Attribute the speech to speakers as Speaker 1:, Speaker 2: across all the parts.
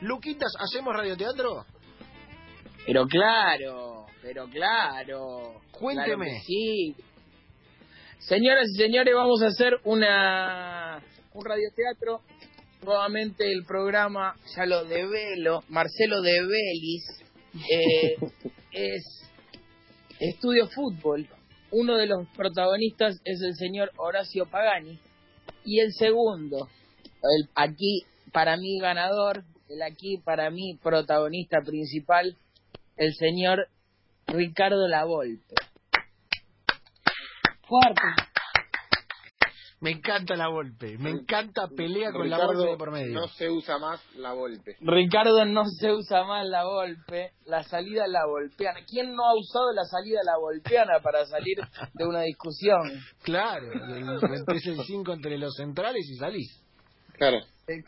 Speaker 1: Luquitas, ¿hacemos radioteatro?
Speaker 2: Pero claro, pero claro.
Speaker 1: Cuénteme.
Speaker 2: Claro que sí. Señoras y señores, vamos a hacer una un radioteatro. Nuevamente el programa, ya lo develo, Marcelo de Belis, eh, es Estudio Fútbol. Uno de los protagonistas es el señor Horacio Pagani. Y el segundo, el aquí para mí ganador, el aquí para mí protagonista principal, el señor Ricardo Lavolpe. Fuerte.
Speaker 1: Me encanta la golpe, me encanta pelea con la
Speaker 3: Ricardo,
Speaker 1: golpe de por medio.
Speaker 3: No se usa más la golpe.
Speaker 2: Ricardo no se usa más la golpe, la salida la golpeana. ¿Quién no ha usado la salida la golpeana para salir de una discusión?
Speaker 1: Claro, metés el 5 entre los centrales y salís.
Speaker 3: Claro.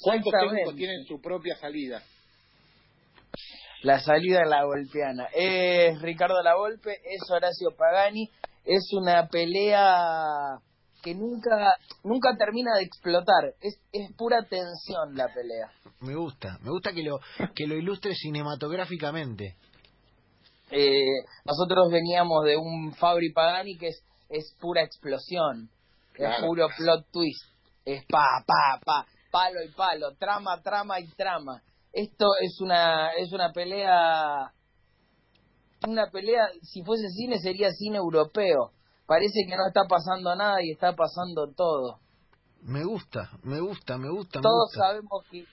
Speaker 3: ¿Cuántos técnicos
Speaker 2: Exactamente.
Speaker 3: tienen su propia salida?
Speaker 2: La salida la golpeana. Es Ricardo Lavolpe, es Horacio Pagani. Es una pelea que nunca nunca termina de explotar. Es, es pura tensión la pelea.
Speaker 1: Me gusta, me gusta que lo que lo ilustre cinematográficamente.
Speaker 2: Eh, nosotros veníamos de un Fabri Pagani que es, es pura explosión. Es
Speaker 3: Claro.
Speaker 2: puro plot twist. Es pa, pa, pa, palo y palo, trama, trama y trama. Esto es una, es una pelea una pelea, si fuese cine, sería cine europeo. Parece que no está pasando nada y está pasando todo.
Speaker 1: Me gusta, me gusta, me gusta, me
Speaker 2: Todos
Speaker 1: gusta.
Speaker 2: sabemos que,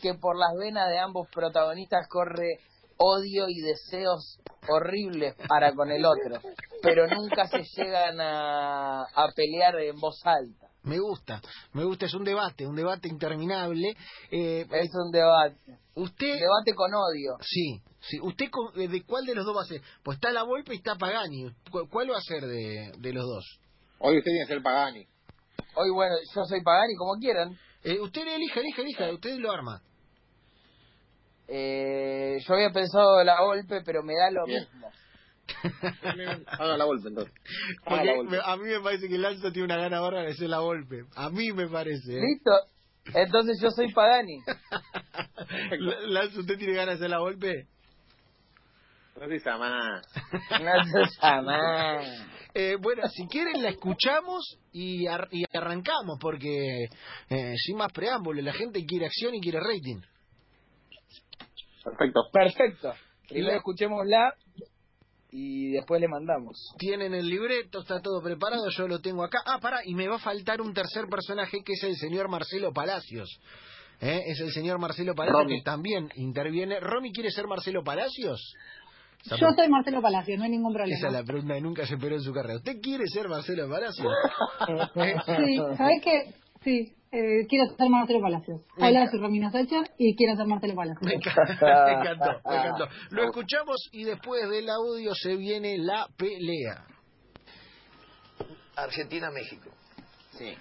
Speaker 2: que por las venas de ambos protagonistas corre odio y deseos horribles para con el otro, pero nunca se llegan a, a pelear en voz alta.
Speaker 1: Me gusta, me gusta, es un debate, un debate interminable. Eh,
Speaker 2: Es un debate,
Speaker 1: usted,
Speaker 2: debate con odio.
Speaker 1: sí, sí, usted co- eh, de cuál de los dos va a ser? Pues está la golpe y está Pagani. ¿Cu- ¿Cuál va a ser de, de los dos?
Speaker 3: Hoy usted tiene que ser Pagani.
Speaker 2: Hoy, bueno, yo soy Pagani, como quieran.
Speaker 1: Eh, usted elija, elija, elija, usted lo arma.
Speaker 2: Eh, yo había pensado la golpe, pero me da lo
Speaker 3: Bien.
Speaker 2: mismo.
Speaker 3: Haga la golpe entonces. Haga la
Speaker 1: Porque
Speaker 3: golpe.
Speaker 1: me- a mí me parece que Lanza tiene una gana bárbara de ser la golpe. A mí me parece. ¿eh?
Speaker 2: ¿Listo? Entonces yo soy Pagani.
Speaker 1: L- Lanza, ¿usted tiene ganas de ser la golpe?
Speaker 3: No se usa más.
Speaker 2: No seas amá.
Speaker 1: Eh, bueno, si quieren la escuchamos y, ar- y arrancamos, porque eh, sin más preámbulos, la gente quiere acción y quiere rating.
Speaker 3: Perfecto.
Speaker 2: Perfecto. Primero escuchémosla y después le mandamos.
Speaker 1: Tienen el libreto, está todo preparado, yo lo tengo acá. Ah, pará, y me va a faltar un tercer personaje que es el señor Marcelo Palacios. ¿Eh? Es el señor Marcelo Palacios
Speaker 3: Romy.
Speaker 1: que también interviene. ¿Romy quiere ser Marcelo Palacios? Esa
Speaker 4: Yo soy Marcelo Palacio, no hay ningún
Speaker 1: Esa es
Speaker 4: problema.
Speaker 1: la pregunta que nunca se esperó en su carrera. ¿Usted quiere ser Marcelo Palacios?
Speaker 4: Sí, ¿sabés qué? Sí, eh, quiero ser Marcelo Palacios. Hola, soy Romina Sacha y quiero ser Marcelo Palacios.
Speaker 1: Me encanta, me encantó, me encantó. Lo escuchamos y después del audio se viene la pelea.
Speaker 5: Argentina-México.
Speaker 6: Sí,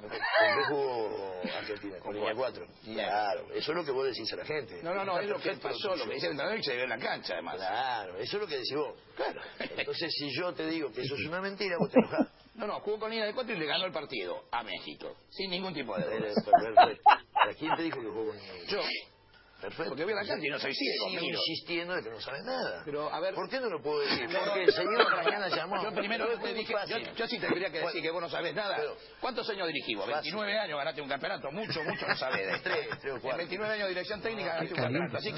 Speaker 5: ¿Qué jugó Argentina? Con línea 4.
Speaker 6: Bien.
Speaker 5: Claro, eso es lo que vos decís a la gente.
Speaker 6: No, no, no, es lo que
Speaker 5: Perfecto,
Speaker 6: pasó, lo que dice el entrenador y se vio en la cancha, además.
Speaker 5: Claro, eso es lo que decís vos. Claro. Entonces, si yo te digo que eso es una mentira, vos te enojás.
Speaker 6: No, no, jugó con línea de cuatro y le ganó el partido a México, sin ningún tipo de duda.
Speaker 5: Perfecto, perfecto. pues. ¿A quién te dijo que jugó con línea?
Speaker 6: Yo,
Speaker 5: Perfecto.
Speaker 6: Porque voy a la calle y no soy ciego,
Speaker 5: Sigo
Speaker 6: miro.
Speaker 5: insistiendo de que no sabes nada.
Speaker 6: Pero, a ver-
Speaker 5: ¿Por qué no lo puedo decir?
Speaker 6: No, no.
Speaker 5: Porque el señor mañana llamó.
Speaker 6: yo primero
Speaker 5: Es
Speaker 6: te
Speaker 5: muy
Speaker 6: dije, yo,
Speaker 5: fácil.
Speaker 6: yo sí tendría que decir que vos no sabés nada.
Speaker 5: Pero-
Speaker 6: ¿Cuántos años dirigí vos? 29 años, ganaste un campeonato, mucho, mucho no sabés. de esto.
Speaker 5: Tres, tres o
Speaker 6: En
Speaker 5: cuatro.
Speaker 6: 29 años de dirección técnica ganaste un campeonato. Así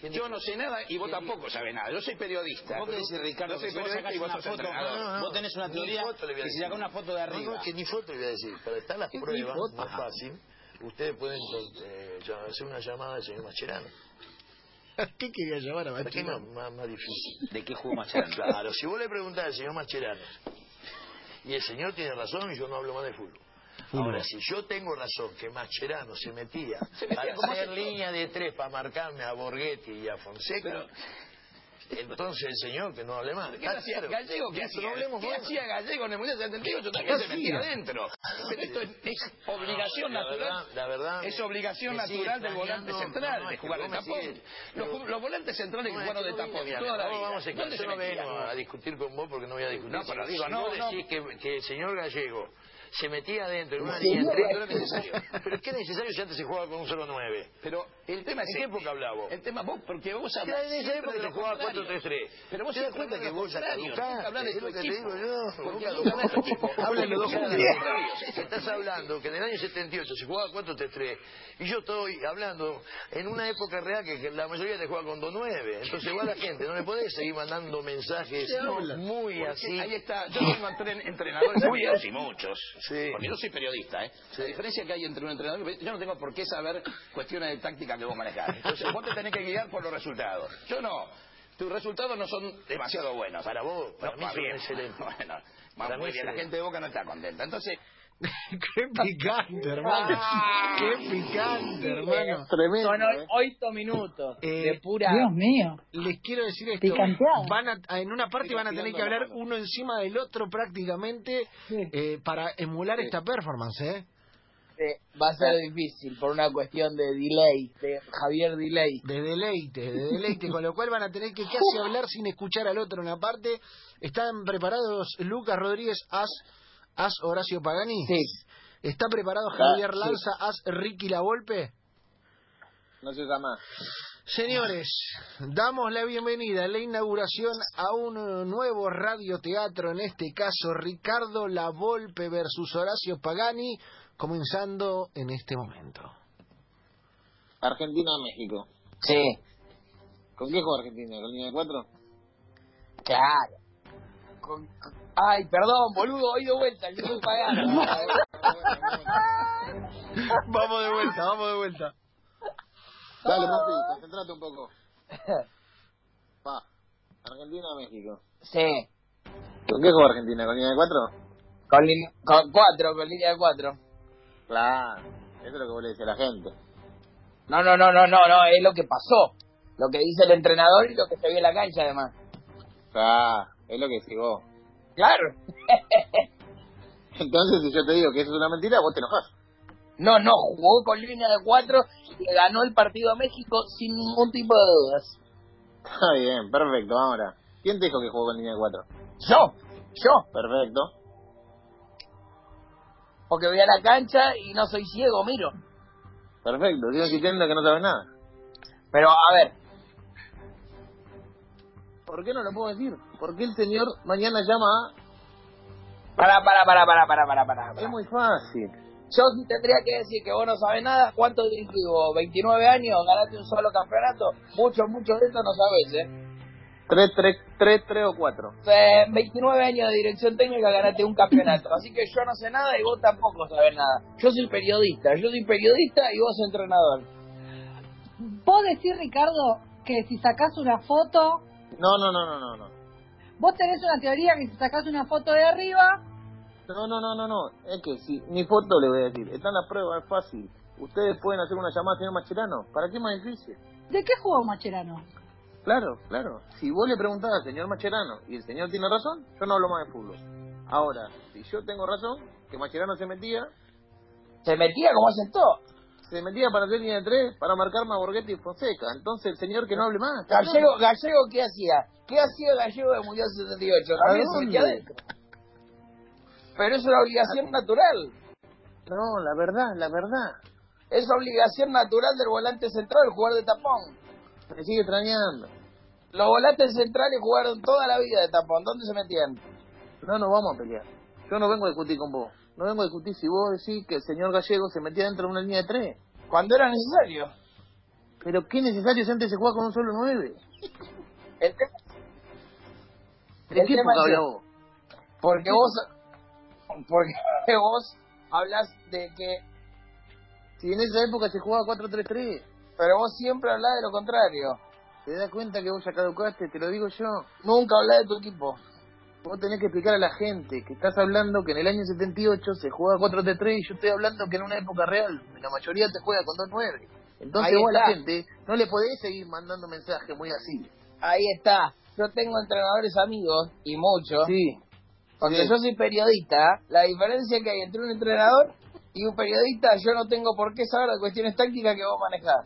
Speaker 6: que yo no sé nada y vos tampoco sabés nada. Yo soy periodista.
Speaker 7: ¿Vos qué decís, Ricardo?
Speaker 6: Yo soy
Speaker 7: que si vos
Speaker 6: periodista
Speaker 7: sacás
Speaker 6: y vos
Speaker 7: una
Speaker 6: sos
Speaker 7: foto,
Speaker 6: entrenador.
Speaker 5: No, no, no.
Speaker 7: vos tenés una
Speaker 5: Ni
Speaker 7: teoría
Speaker 5: foto le voy a
Speaker 7: que si
Speaker 5: decir.
Speaker 7: sacás una foto de
Speaker 5: No,
Speaker 7: arriba.
Speaker 5: No, es que ni foto le voy a decir, pero están las pruebas más fácil. Ustedes pueden eh, ya- hacer una llamada al señor Macherano.
Speaker 1: ¿Qué quería llamar a
Speaker 5: ¿Para qué
Speaker 1: Machino?
Speaker 5: más, más, más difícil?
Speaker 7: ¿De qué jugó Mascherano?
Speaker 5: Claro, si vos le preguntás al señor Macherano, y el señor tiene razón, y yo no hablo más de fútbol. Ahora, si yo tengo razón que Mascherano se metía para hacer línea de tres para marcarme a Borghetti y a Fonseca, entonces el señor que no hable más.
Speaker 6: ¿Qué hacía
Speaker 5: Claro.
Speaker 6: Gallego? ¿Qué
Speaker 5: No
Speaker 6: hacía?
Speaker 5: hablemos
Speaker 6: ¿Qué
Speaker 5: más.
Speaker 6: hacía Gallego en el Mundial 78? También se metía adentro. Pero esto es, es obligación
Speaker 5: No, la
Speaker 6: natural.
Speaker 5: verdad- la verdad
Speaker 6: es
Speaker 5: me-
Speaker 6: obligación
Speaker 5: me sigue
Speaker 6: natural del volante
Speaker 5: extrañando.
Speaker 6: central
Speaker 5: No, no,
Speaker 6: de
Speaker 5: es que
Speaker 6: jugar de
Speaker 5: vos me
Speaker 6: tapón.
Speaker 5: sigues.
Speaker 6: Los, ju- los volantes centrales que
Speaker 5: No,
Speaker 6: jugaron
Speaker 5: es
Speaker 6: de
Speaker 5: que no
Speaker 6: tapón
Speaker 5: viene,
Speaker 6: toda
Speaker 5: mira,
Speaker 6: la
Speaker 5: no
Speaker 6: vida.
Speaker 5: vamos a
Speaker 6: ¿Dónde
Speaker 5: yo
Speaker 6: se
Speaker 5: no vengo
Speaker 6: metían?
Speaker 5: a discutir con vos porque no voy a discutir.
Speaker 6: No, pero digo,
Speaker 5: si
Speaker 6: no,
Speaker 5: vos
Speaker 6: no.
Speaker 5: decís que, que el señor Gallego se metía adentro en una
Speaker 6: Sí,
Speaker 5: línea de tres.
Speaker 6: no era necesario.
Speaker 5: Pero qué necesario si antes se jugaba con un solo nueve.
Speaker 6: Pero el tema es
Speaker 5: ¿En qué
Speaker 6: este.
Speaker 5: época hablaba vos?
Speaker 6: El tema vos, porque vos
Speaker 5: Ya
Speaker 6: hablas
Speaker 5: en esa época
Speaker 6: siempre de
Speaker 5: se
Speaker 6: lo
Speaker 5: jugaba
Speaker 6: contrario.
Speaker 5: 4-3-3.
Speaker 6: Pero vos
Speaker 5: ¿Te
Speaker 6: te das
Speaker 5: das cuenta
Speaker 6: que
Speaker 5: que
Speaker 6: vos
Speaker 5: vos ya caducaste?
Speaker 6: hablar de
Speaker 5: Es
Speaker 6: tu
Speaker 5: lo que te
Speaker 6: equipo.
Speaker 5: digo yo.
Speaker 6: Porque
Speaker 5: Vos
Speaker 6: hablas de tu
Speaker 5: caducaste.
Speaker 6: equipo.
Speaker 5: Hablan
Speaker 6: Hablan
Speaker 5: los dos
Speaker 6: cada
Speaker 5: juntos.
Speaker 6: contrario.
Speaker 5: Estás hablando que en el año 78 se jugaba 4-3-3 y yo estoy hablando en una época real que que la mayoría te juega con 2-9. Entonces va la gente, no le podés seguir mandando mensajes muy
Speaker 6: Porque
Speaker 5: así.
Speaker 6: Ahí está. Yo tengo entren- entrenadores muy así, muchos.
Speaker 5: Sí.
Speaker 6: Porque yo soy periodista, ¿eh?
Speaker 5: Sí.
Speaker 6: La diferencia que hay entre un entrenador y un periodista, yo no tengo por qué saber cuestiones de táctica que vos manejás. Entonces vos te tenés que guiar por los resultados. Yo no. Tus resultados no son demasiado buenos.
Speaker 5: Para vos, para
Speaker 6: No,
Speaker 5: mí
Speaker 6: va
Speaker 5: son
Speaker 6: bien.
Speaker 5: excelentes.
Speaker 6: Bueno, va
Speaker 5: Para
Speaker 6: muy
Speaker 5: mí
Speaker 6: bien. La
Speaker 5: excelente.
Speaker 6: gente de Boca no está contenta. Entonces,
Speaker 1: Qué picante, hermano. Qué picante, hermano.
Speaker 3: Tremendo.
Speaker 2: Son
Speaker 3: ¿eh?
Speaker 2: hoy 8 minutos
Speaker 1: Eh,
Speaker 2: de pura...
Speaker 4: Dios mío.
Speaker 1: Les quiero decir esto.
Speaker 4: Picanteado.
Speaker 1: Van a- en una parte van a tener que hablar
Speaker 6: Picanteando.
Speaker 1: uno encima del otro prácticamente
Speaker 4: Sí.
Speaker 1: eh, para emular esta performance, ¿eh?
Speaker 2: Eh, va a ser difícil por una cuestión de delay, de Javier Delay.
Speaker 1: De deleite, de deleite, con lo cual van a tener que casi hablar sin escuchar al otro en la parte. ¿Están preparados Lucas Rodríguez as, as Horacio Pagani?
Speaker 2: Sí.
Speaker 1: ¿Está preparado
Speaker 3: Ah,
Speaker 1: Javier
Speaker 3: sí.
Speaker 1: Lanza as Ricky Lavolpe?
Speaker 3: No se llama.
Speaker 1: Señores, damos la bienvenida a la inauguración a un eh, nuevo radioteatro, en este caso Ricardo Lavolpe versus Horacio Pagani, comenzando en este momento.
Speaker 3: Argentina-México.
Speaker 2: Sí,
Speaker 3: ¿Con qué juega Argentina? ¿Con línea de cuatro?
Speaker 2: claro. Con- con- Ay, perdón, boludo, hoy de vuelta, eh. yo estoy pagando.
Speaker 1: Vamos de vuelta, vamos de vuelta. Ah.
Speaker 3: Dale, papi, concentrate un poco. Pa. Argentina-México.
Speaker 2: sí,
Speaker 3: ¿Con qué juega Argentina? ¿Con línea de cuatro?
Speaker 2: con, lin- con cuatro, con línea de cuatro.
Speaker 3: Claro. Eso es lo que vos le decís a la gente.
Speaker 2: No, no, no, no, no, no, es lo que pasó. Lo que dice el entrenador y lo que se vio en la cancha, además.
Speaker 3: Claro. Es lo que decís vos.
Speaker 2: Claro.
Speaker 3: Entonces, si yo te digo que eso es una mentira, vos te enojás.
Speaker 2: No, no, jugó con línea de cuatro y le ganó el partido a México sin ningún tipo de dudas.
Speaker 3: Está bien, perfecto, ahora. ¿Quién te dijo que jugó con línea de cuatro?
Speaker 2: Yo, yo,
Speaker 3: Perfecto.
Speaker 2: porque voy a la cancha y no soy ciego, miro.
Speaker 3: Perfecto. Sigo insistiendo que no sabes nada.
Speaker 2: Pero, a ver,
Speaker 3: ¿Por qué no lo puedo decir? Porque el señor mañana llama a...
Speaker 2: para, para, para, para, para, para, para.
Speaker 3: Es muy fácil.
Speaker 2: Yo tendría que decir que vos no sabés nada. ¿Cuánto directivo? ¿29 años? ¿Ganaste un solo campeonato? Muchos, muchos de estos no sabés, ¿eh?
Speaker 3: 3, 3, 3, 3 o 4.
Speaker 2: Eh, 29 años de dirección técnica ganaste un campeonato. Así que yo no sé nada y vos tampoco sabés nada. Yo soy periodista, yo soy periodista y vos entrenador.
Speaker 4: Vos decís, Ricardo, que si sacás una foto,
Speaker 3: No, no, no, no, no, no.
Speaker 4: vos tenés una teoría que si sacás una foto de arriba,
Speaker 3: No, no, no, no, no. Es que si mi foto le voy a decir. Está en la prueba, es fácil. Ustedes pueden hacer una llamada al señor Macherano. ¿Para qué más difícil?
Speaker 4: ¿de qué jugó Macherano?
Speaker 3: Claro, claro. Si vos le preguntás al señor Macherano y el señor tiene razón, yo no hablo más de fútbol. Ahora, si yo tengo razón, que Macherano se metía,
Speaker 2: Se metía como hacen todos.
Speaker 3: se metía para hacer línea de tres, para marcarme a Borghetti y Fonseca. Entonces el señor que no hable más.
Speaker 2: Gallego, Gallego, ¿qué hacía? ¿Qué hacía Gallego de Mundial 78? También se metía
Speaker 3: dónde?
Speaker 2: adentro. Pero es una obligación natural.
Speaker 3: No, la verdad, la verdad.
Speaker 2: Es obligación natural del volante central jugar de tapón.
Speaker 3: Me sigue extrañando.
Speaker 2: Los volantes centrales jugaron toda la vida de tapón. ¿Dónde se metían?
Speaker 3: No nos vamos a pelear. Yo no vengo a discutir con vos. No vengo a discutir si vos decís que el señor Gallego se metía dentro de una línea de tres.
Speaker 2: Cuando era necesario.
Speaker 3: Pero qué necesario si antes se jugaba con un solo nueve.
Speaker 2: El tema,
Speaker 3: ¿De
Speaker 2: el
Speaker 3: qué
Speaker 2: tema
Speaker 3: época
Speaker 2: es
Speaker 3: hablas
Speaker 2: el-
Speaker 3: vos?
Speaker 2: Porque vos, porque vos hablas de que...
Speaker 3: Si en esa época se jugaba 4-3-3.
Speaker 2: Pero vos siempre hablás de lo contrario.
Speaker 3: ¿Te das cuenta que vos ya caducaste? Te lo digo yo.
Speaker 2: Nunca hablás de tu equipo.
Speaker 3: Vos tenés que explicar a la gente que estás hablando que en el año 78 se jugaba 4-3-3 y yo estoy hablando que en una época real la mayoría te juega con 2-9. Entonces
Speaker 2: Ahí
Speaker 3: vos a la
Speaker 2: está.
Speaker 3: gente no le podés seguir mandando mensajes muy así.
Speaker 2: Ahí está. Yo tengo entrenadores amigos, y muchos,
Speaker 3: Sí,
Speaker 2: porque
Speaker 3: sí.
Speaker 2: yo soy periodista. La diferencia que hay entre un entrenador y un periodista, yo no tengo por qué saber las cuestiones tácticas que vos manejás.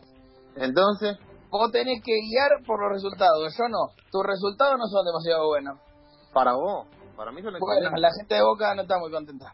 Speaker 3: entonces...
Speaker 2: Vos tenés que guiar por los resultados, yo no. Tus resultados no son demasiado buenos.
Speaker 3: Para vos, para mí son
Speaker 2: Bueno,
Speaker 3: excelentes.
Speaker 2: la gente de Boca no está muy contenta.